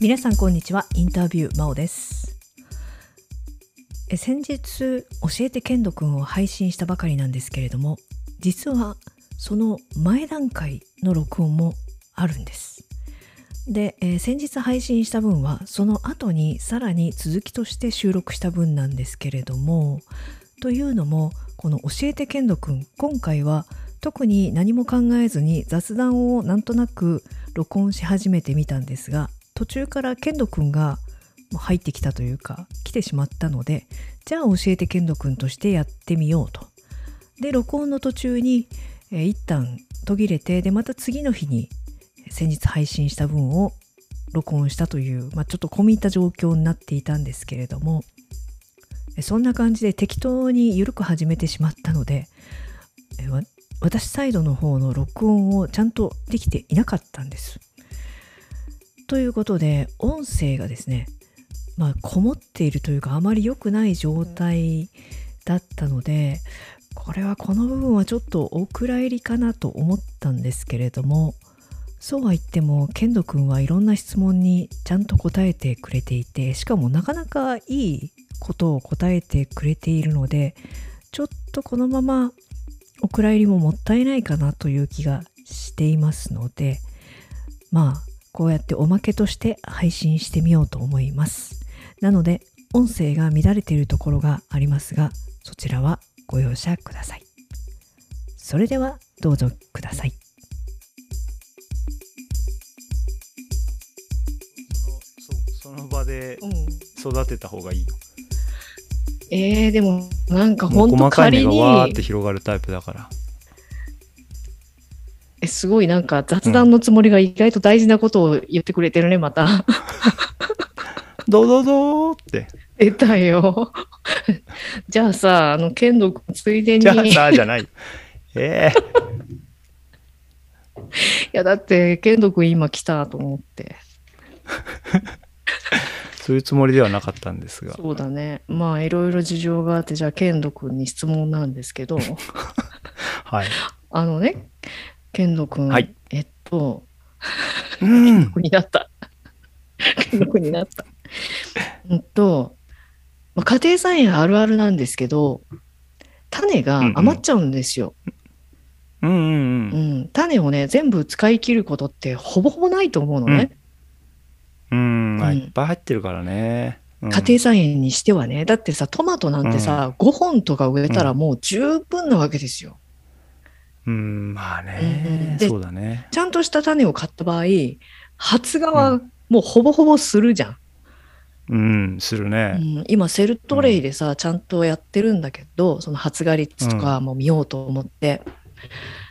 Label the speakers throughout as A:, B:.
A: 皆さんこんにちはインタビューまおですえ先日教えて剣道くんを配信したばかりなんですけれども実はその前段階の録音もあるんですで、えー先日配信した分はその後にさらに続きとして収録した分なんですけれどもというのもこの「教えて剣道くん」今回は特に何も考えずに雑談をなんとなく録音し始めてみたんですが途中から剣道くんがもう入ってきたというか来てしまったのでじゃあ教えて剣道くんとしてやってみようと。で録音の途中に、えー一旦途切れてでまた次の日に先日配信した分を録音したという、まあ、ちょっと込み入った状況になっていたんですけれどもえそんな感じで適当に緩く始めてしまったのでえわ私サイドの方の録音をちゃんとできていなかったんです。ということで音声がですね、まあ、こもっているというかあまり良くない状態だったのでこれはこの部分はちょっとお蔵入りかなと思ったんですけれどもそうは言っても剣道くんはいろんな質問にちゃんと答えてくれていてしかもなかなかいいことを答えてくれているのでちょっとこのままお蔵入りももったいないかなという気がしていますのでまあこうやっておまけとして配信してみようと思いますなので音声が乱れているところがありますがそちらはご容赦くださいそれではどうぞください
B: そのその場で
A: うん、
B: 育てた方がいいよ。
A: えー、でもなんか
B: もう
A: 本当
B: 細かい
A: 仮
B: のが
A: に
B: わーって広がるタイプだから。
A: えすごいなんか雑談のつもりが意外と大事なことを言ってくれてるねまた
B: どうぞどうって。
A: 出たよ じゃあさあの剣道ついでに
B: じゃあ
A: い
B: さあじゃない。ええ
A: やだって剣道君今来たと思って
B: そういうつもりではなかったんですが。
A: そうだねまあいろいろ事情があってじゃあ剣道君に質問なんです けど
B: はい。
A: あのね剣道君、
B: はい
A: えっと
B: うん。
A: になった。天国になった。うんと、まあ、家庭菜園あるあるなんですけど、種が余っちゃうんですよ。
B: うんう
A: う
B: ん
A: ん
B: うん。
A: 種をね、全部使い切ることってほぼほぼないと思うのね。
B: うん、まあ
A: うん
B: いっぱい入ってるからね。うん
A: 家庭菜園にしてはね。だってさ、トマトなんてさ、5本とか植えたらもう十分なわけですよ。
B: うん、まあ
A: うんう
B: ね
A: ん。で
B: そうだね。
A: ちゃんとした種を買った場合、発芽はもうほぼほぼするじゃん。
B: うん、する
A: う
B: ね。
A: ん、今セルトレイでさ、ちゃんとやってるんだけどその発芽率とかも見ようと思って、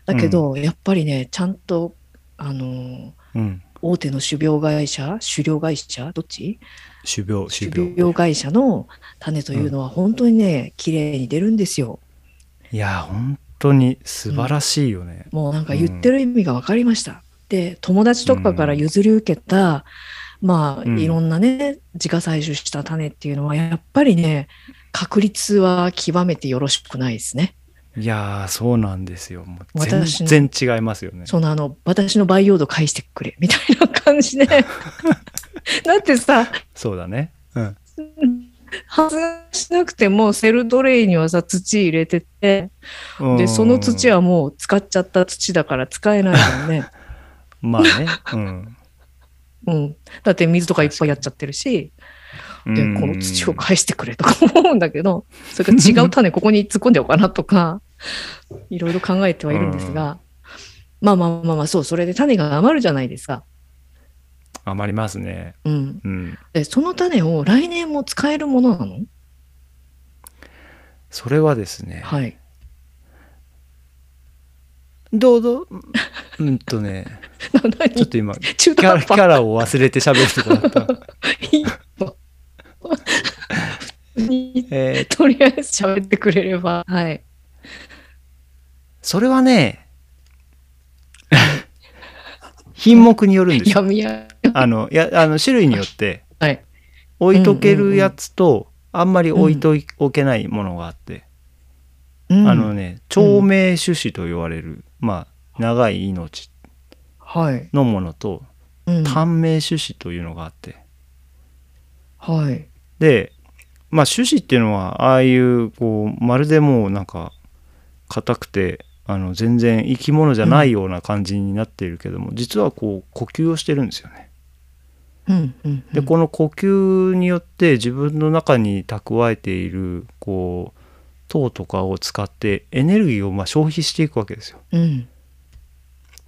A: だけど、やっぱりねちゃんとあのー
B: うん。
A: 大手の種苗会社種苗会社どっち
B: 種苗、種
A: 種
B: 苗。
A: 苗会社の種というのは本当にね綺麗に出るんですよ
B: いや、本当に素晴らしいよね。
A: もうなんか言ってる意味が分かりました、で友達とかから譲り受けた、まあ
B: うん
A: いろんなね自家採取した種っていうのはやっぱりね確率は極めてよろしくないですね
B: いやー、そうなんですよ。もう
A: 私の
B: 全然違いますよね。
A: そのあの、私の培養土返してくれ、みたいな感 じで。だってさ、
B: そうだね。うん。
A: 発芽しなくてもセルトレイにはさ、土入れてて、
B: う
A: で、
B: ん
A: その土はもう使っちゃった土だから使えないもん ね。
B: まあね。 うん。
A: うん。だって水とかいっぱいやっちゃってるし、で、
B: うん
A: この土を返してくれとか思うんだけ ど、それから違う種ここに突っ込んじゃおうかなとか、 いろいろ考えてはいるんですが、まあまあまあまあ、そう、それで種が余るじゃないですか。
B: 余りますね。
A: うん。
B: うん。
A: でその種を来年も使えるものなの
B: それはですね。
A: はい。
B: どうぞ。うんとね、 ちょっ
A: 何
B: と今、
A: 中
B: キ
A: 途
B: ャ
A: 半
B: ラ、キ
A: 端
B: ャラを忘れて喋ると こだった。
A: いい よに
B: えー
A: とりあえず喋ってくれれば。はい。
B: それはね、品目によるんですよ。
A: 闇や。
B: あの、いや、あの、種類によって、
A: はい。
B: 置いとけるやつと、あんまり置いといおけないものがあって、
A: うん
B: あのね、長命種子と言われる、まあ、長い命
A: はい。
B: のものと、
A: うん
B: 短命種子というのがあって
A: はい
B: でまあ種子っていうのはああいうこうまるでもうなんか硬くてあの全然生き物じゃないような感じになっているけども、実はこう呼吸をしてるんですよね。
A: うんうんう
B: で
A: ん
B: この呼吸によって自分の中に蓄えているこう糖とかを使ってエネルギーをまあ消費していくわけですよ。
A: うん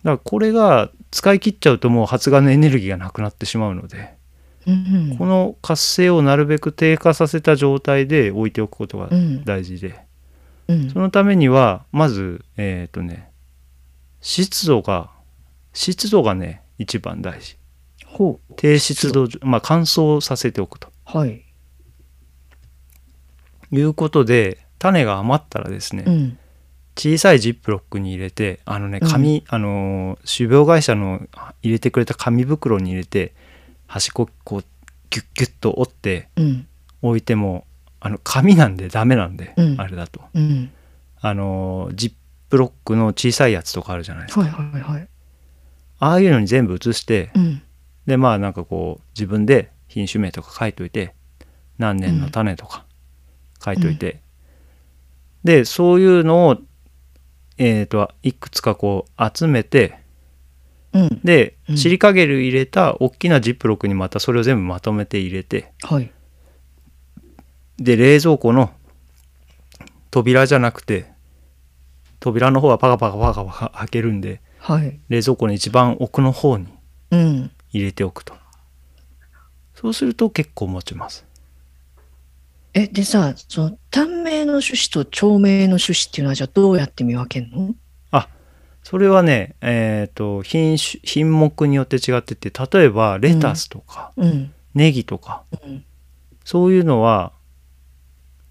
B: だからこれが使い切っちゃうともう発芽のエネルギーがなくなってしまうので
A: うん
B: この活性をなるべく低下させた状態で置いておくことが
A: うん
B: 大事で
A: うん
B: そのためにはまずえっ、とね湿度が湿度がね一番大事
A: ほ
B: 低湿度まあ乾燥させておくと
A: うはい
B: いうことで種が余ったらですね、
A: うん
B: 小さいジップロックに入れてあのね
A: うん
B: 紙、あのー種苗会社のあ入れてくれた紙袋に入れて端っここうギュッギュッと折って
A: うん
B: 置いてもあの紙なんでダメなんで、
A: うん
B: あれだと
A: うん
B: あのージップロックの小さいやつとかあるじゃないですか
A: はいはいはい
B: ああいうのに全部移して
A: うん
B: でまあなんかこう自分で品種名とか書いといて何年の種とか書いといて、でそういうのをえー、といくつかこう集めて
A: うん
B: で
A: うん
B: シリカゲル入れた大きなジップロックにまたそれを全部まとめて入れて
A: はい
B: で冷蔵庫の扉じゃなくて扉の方はパカパカパカパカ開けるんで
A: はい
B: 冷蔵庫の一番奥の方に
A: うん
B: 入れておくとそうすると結構持ちます
A: えでさその短命の種子と長命の種子っていうのはじゃあどうやって見分けるの
B: あそれはねえっ、と品種品目によって違ってて例えばレタスとか
A: うん
B: ネギとか、
A: うん
B: そういうのは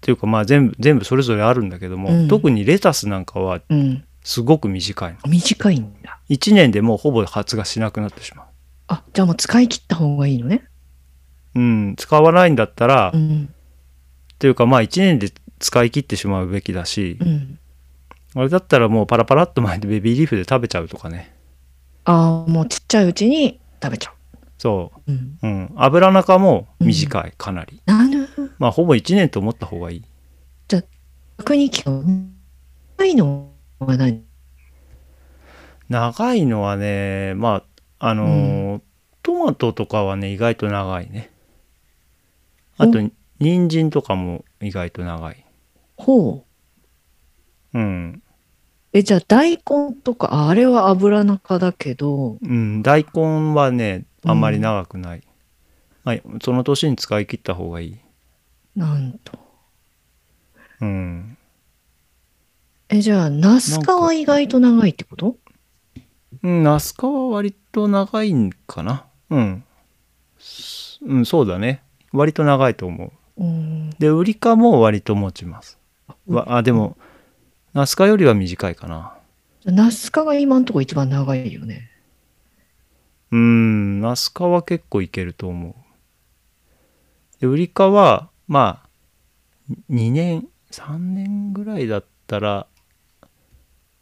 B: というかまあ全部全部それぞれあるんだけども、
A: うん
B: 特にレタスなんかは
A: うん
B: すごく短いの
A: 短いんだ
B: 1年でもうほぼ発芽しなくなってしまう
A: あじゃあもう使い切った方がいいのね
B: うん使わないんだったら、
A: うん
B: というかまあ1年で使い切ってしまうべきだし
A: う、ん
B: あれだったらもうパラパラっと巻いてベビーリーフで食べちゃうとかね
A: ああもうちっちゃいうちに食べちゃ
B: そう
A: う、うん、
B: う、うん、油中も短いかなり、
A: なるほど
B: まあほぼ1年と思った方がいい
A: 逆に聞くないのは何
B: 長いのはねまああのートマトとかはね意外と長いねあと人参とかも意外と長い
A: ほう
B: うん、
A: えじゃあ大根とかああれは油中だけど
B: うん、大根はねあんまり長くない、はい、その年に使い切った方がいい
A: なんと
B: うん
A: えじゃあナスカは意外と長いってこと
B: うんナスカは割と長いんかなうん、すうん、そうだね割と長いと思う
A: うん
B: でウリ科も割と持ちますわあでもナスカよりは短いかな
A: ナスカが今んとこ一番長いよね
B: うーん、ナスカは結構いけると思う。で、ウリ科は、まあ、2年、3年ぐらいだったら、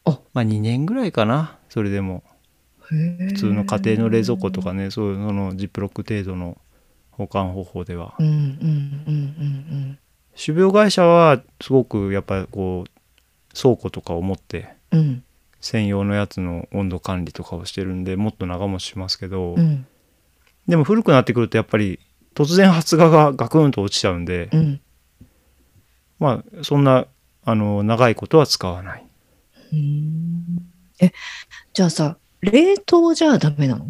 A: あ
B: まあ2年ぐらいかな、それでも。
A: 普
B: 普通の家庭の冷蔵庫とかね、そういうそのジップロック程度の保管方法では
A: う。んうんうん
B: 種苗会社は、すごくやっぱりこう、倉庫とかを持って、
A: うんうんうん
B: 専用のやつの温度管理とかをしてるんで、もっと長持ちしますけど、
A: うん
B: でも古くなってくるとやっぱり突然発芽がガクンと落ちちゃうんで、
A: うん
B: まあそんなあの長いことは使わない
A: うんえじゃあさ冷凍じゃダメなの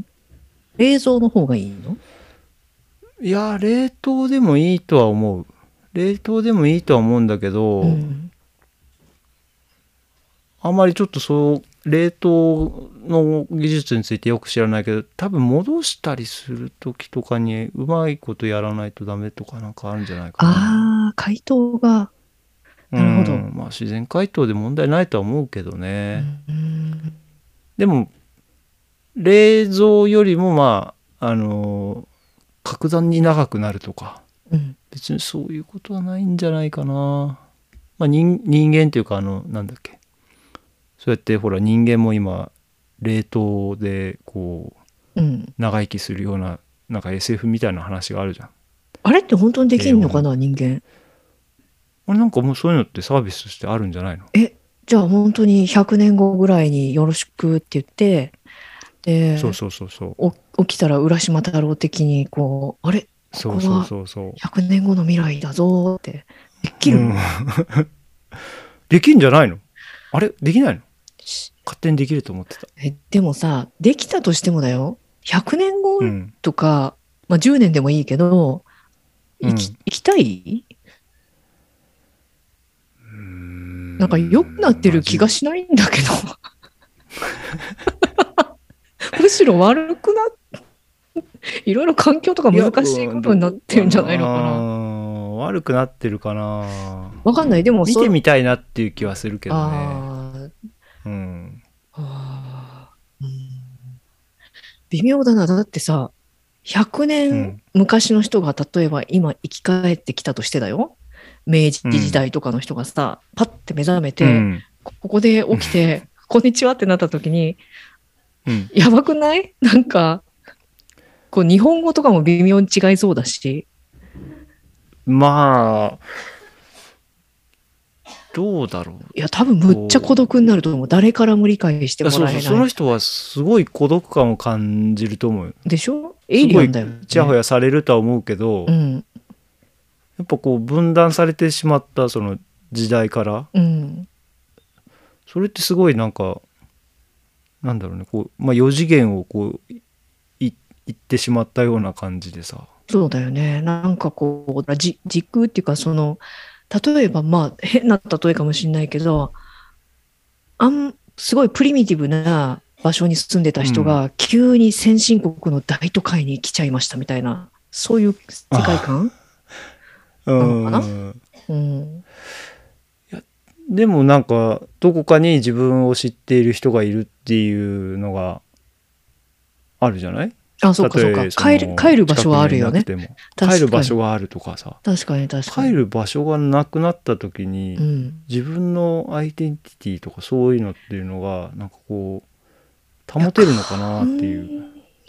A: 冷蔵の方がいいの
B: いや冷凍でもいいとは思う冷凍でもいいとは思うんだけど、
A: うん
B: あまりちょっとそう冷凍の技術についてよく知らないけど多分戻したりする時とかにうまいことやらないとダメとかなんかあるんじゃないかな
A: ああ解凍がなるほど
B: うんまあ自然解凍で問題ないとは思うけどね、
A: うん
B: でも冷蔵よりもまああの格段に長くなるとか
A: うん
B: 別にそういうことはないんじゃないかな、まあ、人人間っていうかあのなんだっけそうやってほら人間も今冷凍でこう
A: うん、
B: 長生きするようななんか SF みたいな話があるじゃん
A: あれって本当にできるのかな人間
B: あれなんかもうそういうのってサービスとしてあるんじゃないの
A: えじゃあ本当に100年後ぐらいによろしくって言ってで
B: そうそうそうそう
A: お起きたら浦島太郎的にこうあれ
B: そうそうそうそう
A: 100年後の未来だぞーってできる、
B: うん できんじゃないのあれできないの勝手にできると思ってた
A: えでもさできたとしてもだよ100年後
B: うん
A: とか、まあ、10年でもいいけど生き,、
B: うん
A: 生きたいなんか良くなってる気がしないんだけ どむしろ悪くなっいろいろ環境とか難しいことになってるんじゃないのか
B: う
A: な。
B: ん悪くなってるかな
A: わかんないでも
B: 見
A: そう
B: てみたいなっていう気はするけどね
A: あー
B: うん
A: あーうん微妙だな。だってさ、100
B: う
A: 年
B: ん
A: 昔の人が、例えば今生き返ってきたとしてだよ。明治時代とかの人がさ、パッて目覚めて、
B: うん
A: こここで起きて、こんにちはってなった時に、
B: うん
A: やばくないなんか、こう日本語とかも微妙に違いそうだし。
B: まあどうだろう
A: いや、多分むっちゃ孤独になると思う。誰からも理解しても
B: そう
A: らえ
B: そ
A: な
B: う
A: い。
B: その人はすごい孤独感を感じると思うよ
A: でしょエイリアンだよ、ね。
B: ちやほやされるとは思うけど、
A: う
B: や
A: ん。
B: っぱこう分断されてしまったその時代から
A: うん。
B: それってすごいなんかなんだろうねこう、まあ、4次元をこうい行ってしまったような感じでさ
A: そうだよね。なんかこう、じ時空っていうか、その、例えば、まあ、変な例えかもしれないけど、あん、すごいプリミティブな場所に住んでた人が、急に先進国の大都会に来ちゃいましたみたいな、そういう世界観
B: う
A: のかなんうん。
B: でもなんかどこかに自分を知っている人がいるっていうのがあるじゃない
A: あ、そうか、そうか。
B: たとえ
A: 帰る、
B: の
A: 帰る場所はあるよね。
B: 近くにいなくても
A: 確かに
B: 帰る場所があるとかさ
A: 確かに、確か
B: 帰
A: に。
B: る場所がなくなった時に、
A: うん。
B: 自分のアイデンティティとかそういうのっていうのがなんかこう保てるのかなっていう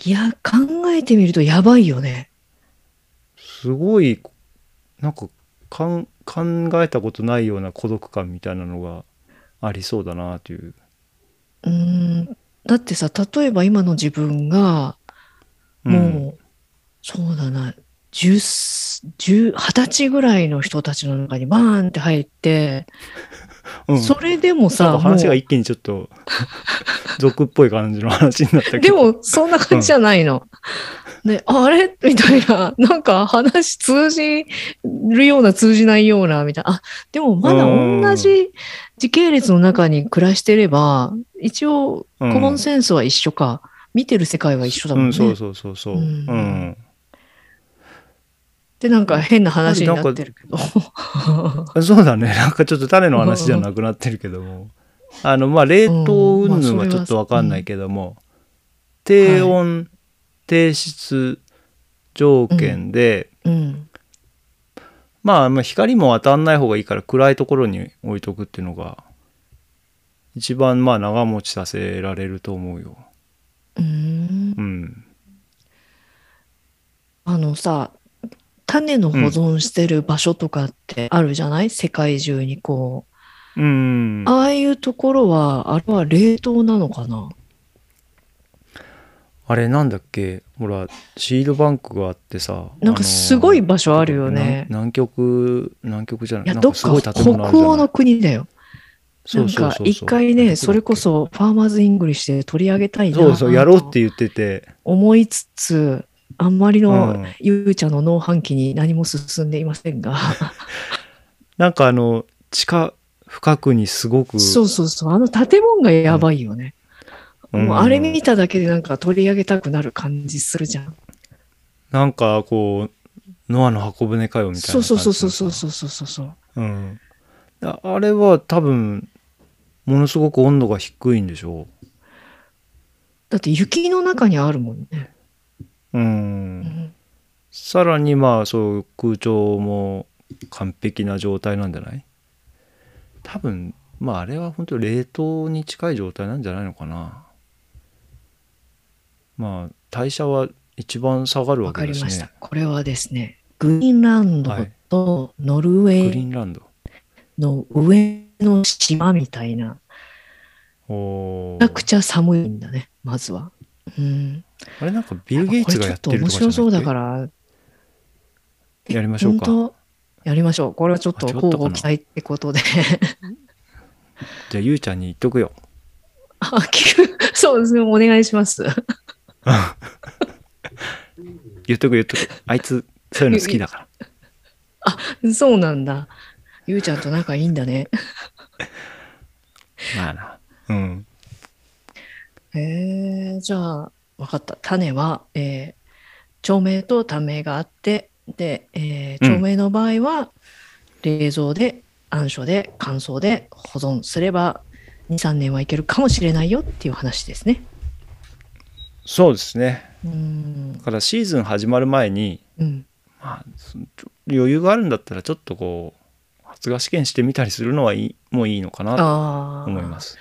A: いや、考えてみるとやばいよね。
B: すごいなんかかん考えたことないような孤独感みたいなのがありそうだなという。
A: うーん。だってさ、例えば今の自分が、
B: うん
A: もう、そうだな、10、10 20歳ぐらいの人たちの中にバーンって入って、
B: うん
A: それでも
B: なん
A: さ、
B: か
A: もう
B: 話が一気にちょっと俗っぽい感じの話になったけど
A: でも、そんな感じじゃないの。ね、あれみたいな、なんか話通じるような通じないような、みたいな。あ、でもまだ同じ時系列の中に暮らしてれば、一応、コ
B: うん
A: モンセンスは一緒か、見てる世界は一緒だも
B: うんん
A: ね。
B: そうそうそうそう、
A: う
B: うんん
A: で、なんか変な話になってるけど。
B: そうだねなんかちょっと種の話じゃなくなってるけどもあのまあ冷凍
A: うんまあ
B: 云々は
A: それは
B: ちょっとわかんないけども、低温、低湿条件で、
A: うん。
B: まあ、まあ光も当たんない方がいいから暗いところに置いとくっていうのが一番まあ長持ちさせられると思うよ。
A: うーん
B: うん。
A: あのさ、種の保存してる場所とかってあるじゃない、世界中にこう。
B: うん。
A: ああいうところは、あれは冷凍なのかな
B: あれなんだっけほらシードバンクがあってさ
A: なんかすごい場所あるよね
B: なん。南極南極じゃない
A: いや、
B: なん
A: どっ
B: かす
A: か
B: ごい
A: 北
B: 建物あるじゃな
A: 欧
B: い
A: の国だよ。
B: そうそうそうそう
A: なんか一回ね、それこそファーマーズイングリッシュで取り上げたいな
B: そうそうやろうって言ってて
A: 思いつつ、あんまり
B: う
A: の
B: ん
A: ゆうちゃんの農飯期に何も進んでいませんが、
B: なんかあの地下深くにすご く
A: そうそうそう、あの建物がやばいよね。
B: ん
A: もうあれ見ただけでなんか取り上げたくなる感じするじゃん。
B: なんかこうノアの箱舟かよみたい
A: そ
B: な感
A: う
B: じ
A: そう
B: の
A: そうそうそうそうそうそう。
B: うん、ああれは多分ものすごく温度が低いんでしょ
A: だって雪の中にあるもんね。う
B: う、う、
A: んん、
B: さらにまあそう空調も完璧な状態なんじゃない多分まああれは本当冷凍に近い状態なんじゃないのかなまあ代謝は一番下がる
A: わ
B: わ
A: か
B: けで
A: り
B: す
A: ました。
B: ね。
A: これはですね、グリーンランドとノルウ
B: グリ
A: ェ
B: ー
A: ー
B: ンランド。
A: の上の島みたいな、
B: お
A: めちゃく
B: ー
A: ちゃ寒いんだね、まずは。うん。
B: あれなんかビル・ゲイツがやってるとか
A: こ
B: じ
A: れちょっと面白
B: ゃな
A: そうだか
B: いっ
A: ら、
B: けやりましょうか。
A: 本当やりましょう。これはちょっと
B: あちょっと
A: 交
B: かな
A: 互期待ってことで。
B: じゃあゆうちゃんに言っとくよ。
A: あ、急そうですね。お願いします。
B: 言っとく言っとく。あいつそういうの好き だから。
A: そうなんだ。ゆうちゃんと仲いいんだね。
B: まあな。うん。
A: へえじゃあ、わかった。種は、えー、町名と短名があって、で、えー
B: うん
A: 町名の場合は、冷蔵で、暗所で、乾燥で保存すれば、2、3年はいけるかもしれないよっていう話ですね。
B: そうですね。
A: うーん
B: だ。からシーズン始まる前に、
A: うん。
B: まあ、そのちょ余裕があるんだったらちょっとこう発芽試験してみたりするのはいいもういいのかなと
A: ああ。
B: 思いま。す。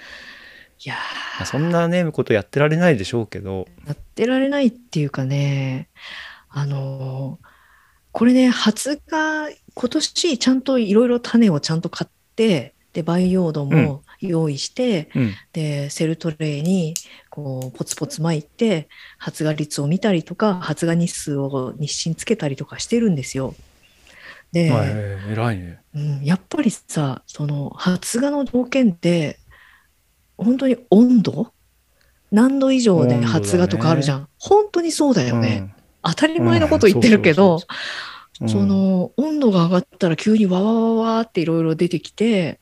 A: いやー
B: まあ、そんなねことやってられないでしょうけど、
A: やってられないっていうかね、あのーこれね、発芽、今年ちゃんといろいろ種をちゃんと買って、で、培養土も用意して、
B: うん、
A: で、セルトレイに、こう、ポツポツ巻いて、発芽率を見たりとか、発芽日数を日清つけたりとかしてるんですよ。で、
B: まあえー偉いね。
A: うん、やっぱりさ、その発芽の条件って、本当に温度何度以上で
B: 温度だね
A: 発芽とかあるじゃん。本当にそうだよね。
B: うん
A: 当たり前のこと言ってるけ
B: う
A: ど
B: ん、そうそうそうそ
A: そ
B: う
A: の温度が上がったら急にわわわわっていろいろ出てきて、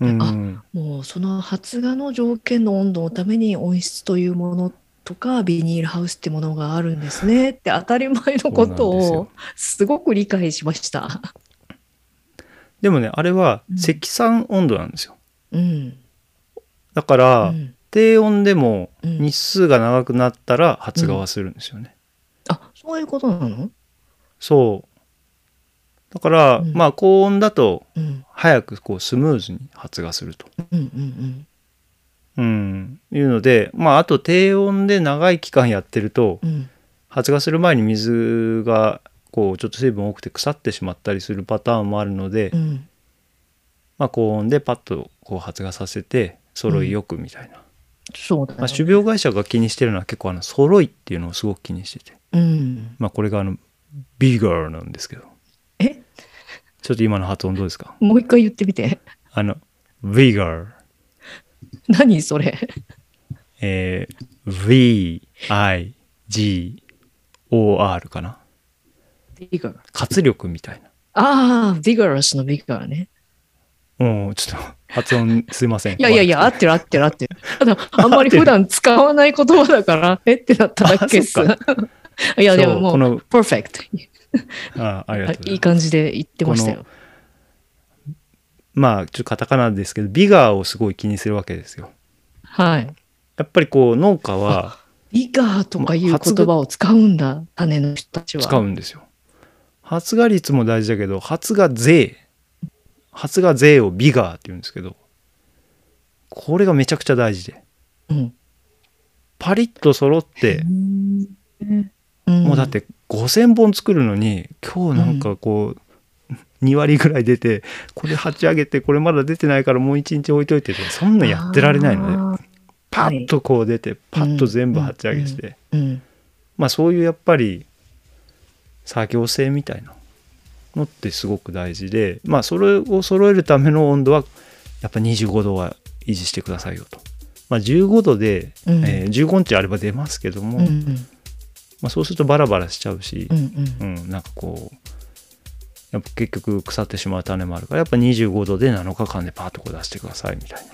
B: うん
A: あもうその発芽の条件の温度のために温室というものとかビニールハウスってものがあるんですねって当たり前のこと
B: そうなん
A: をすごく理解しました。
B: でもねあれは
A: うん
B: 積算温度なんですよ。
A: うん。
B: だから、
A: うん
B: 低温でも
A: うん
B: 日数が長くなったら発芽はするんですよね。
A: あ、そういうことなの
B: そうだから、
A: うん
B: まあ高温だと
A: うん。
B: 早くこうスムーズに発芽すると。
A: うんうん
B: うん、いうので、まあ、あと低温で長い期間やってると
A: うん。うん。
B: 発芽する前に水がこうちょっと水分多くて腐ってしまったりするパターンもあるので、
A: うん。
B: まあ、高温でパッとこう発芽させて揃いよくみたいな、
A: そうだ
B: まあ、種
A: ね。
B: 苗会社が気にしてるのは結構あの揃いっていうのをすごく気にしてて、
A: うん。
B: まあ、これがあのビガーなんですけど
A: え
B: ちょっと今の発音どうですか
A: もう一回言ってみて。
B: あのビガー
A: 何それ。
B: えー、VIGOR かな
A: ビガー。
B: 活力みたいな
A: ああ、ビガラスのビガーね。
B: もうちょっと発音すいません。
A: いやいやいや、合ってる合ってる合ってる。ただ、あんまり普段使わない言葉だから、えってなっただけっす。
B: あそ
A: いや、でも
B: そうこ
A: もう、
B: の
A: パーフェクト。
B: あありがとうございます。
A: いい感じで言ってましたよ。
B: まあちょっとカタカナですけどビガーをすごい気にするわけですよ。
A: はい。
B: やっぱりこう農家は
A: ビガーとかいう言葉を使うんだ、種の人たちは。
B: 使うんですよ。発芽率も大事だけど発芽税発芽税をビガーって言うんですけどこれがめちゃくちゃ大事で
A: うん。
B: パリッと揃って
A: うん。
B: もうだっ。て5,000本作るのに今日なんかこう、2割ぐらい出てこれ鉢上げてこれまだ出てないからもう1日置いといてとかそんなんやってられないので
A: で。
B: パッとこう出てパッと全部鉢上げして、
A: うん。
B: まあそういうやっぱり作業性みたいなのってすごく大事でまあそれを揃えるための温度はやっぱ25度は維持してくださいよと。まあ、15度で、
A: うん
B: えー15日あれば出ますけども、
A: うん。うん。
B: まあ、そうするとバラバラしちゃうし、
A: うん。
B: うん、なんかこうやっぱ結局腐ってしまう種もあるからやっぱ25度で7日間でパーッとこう出してくださいみたいな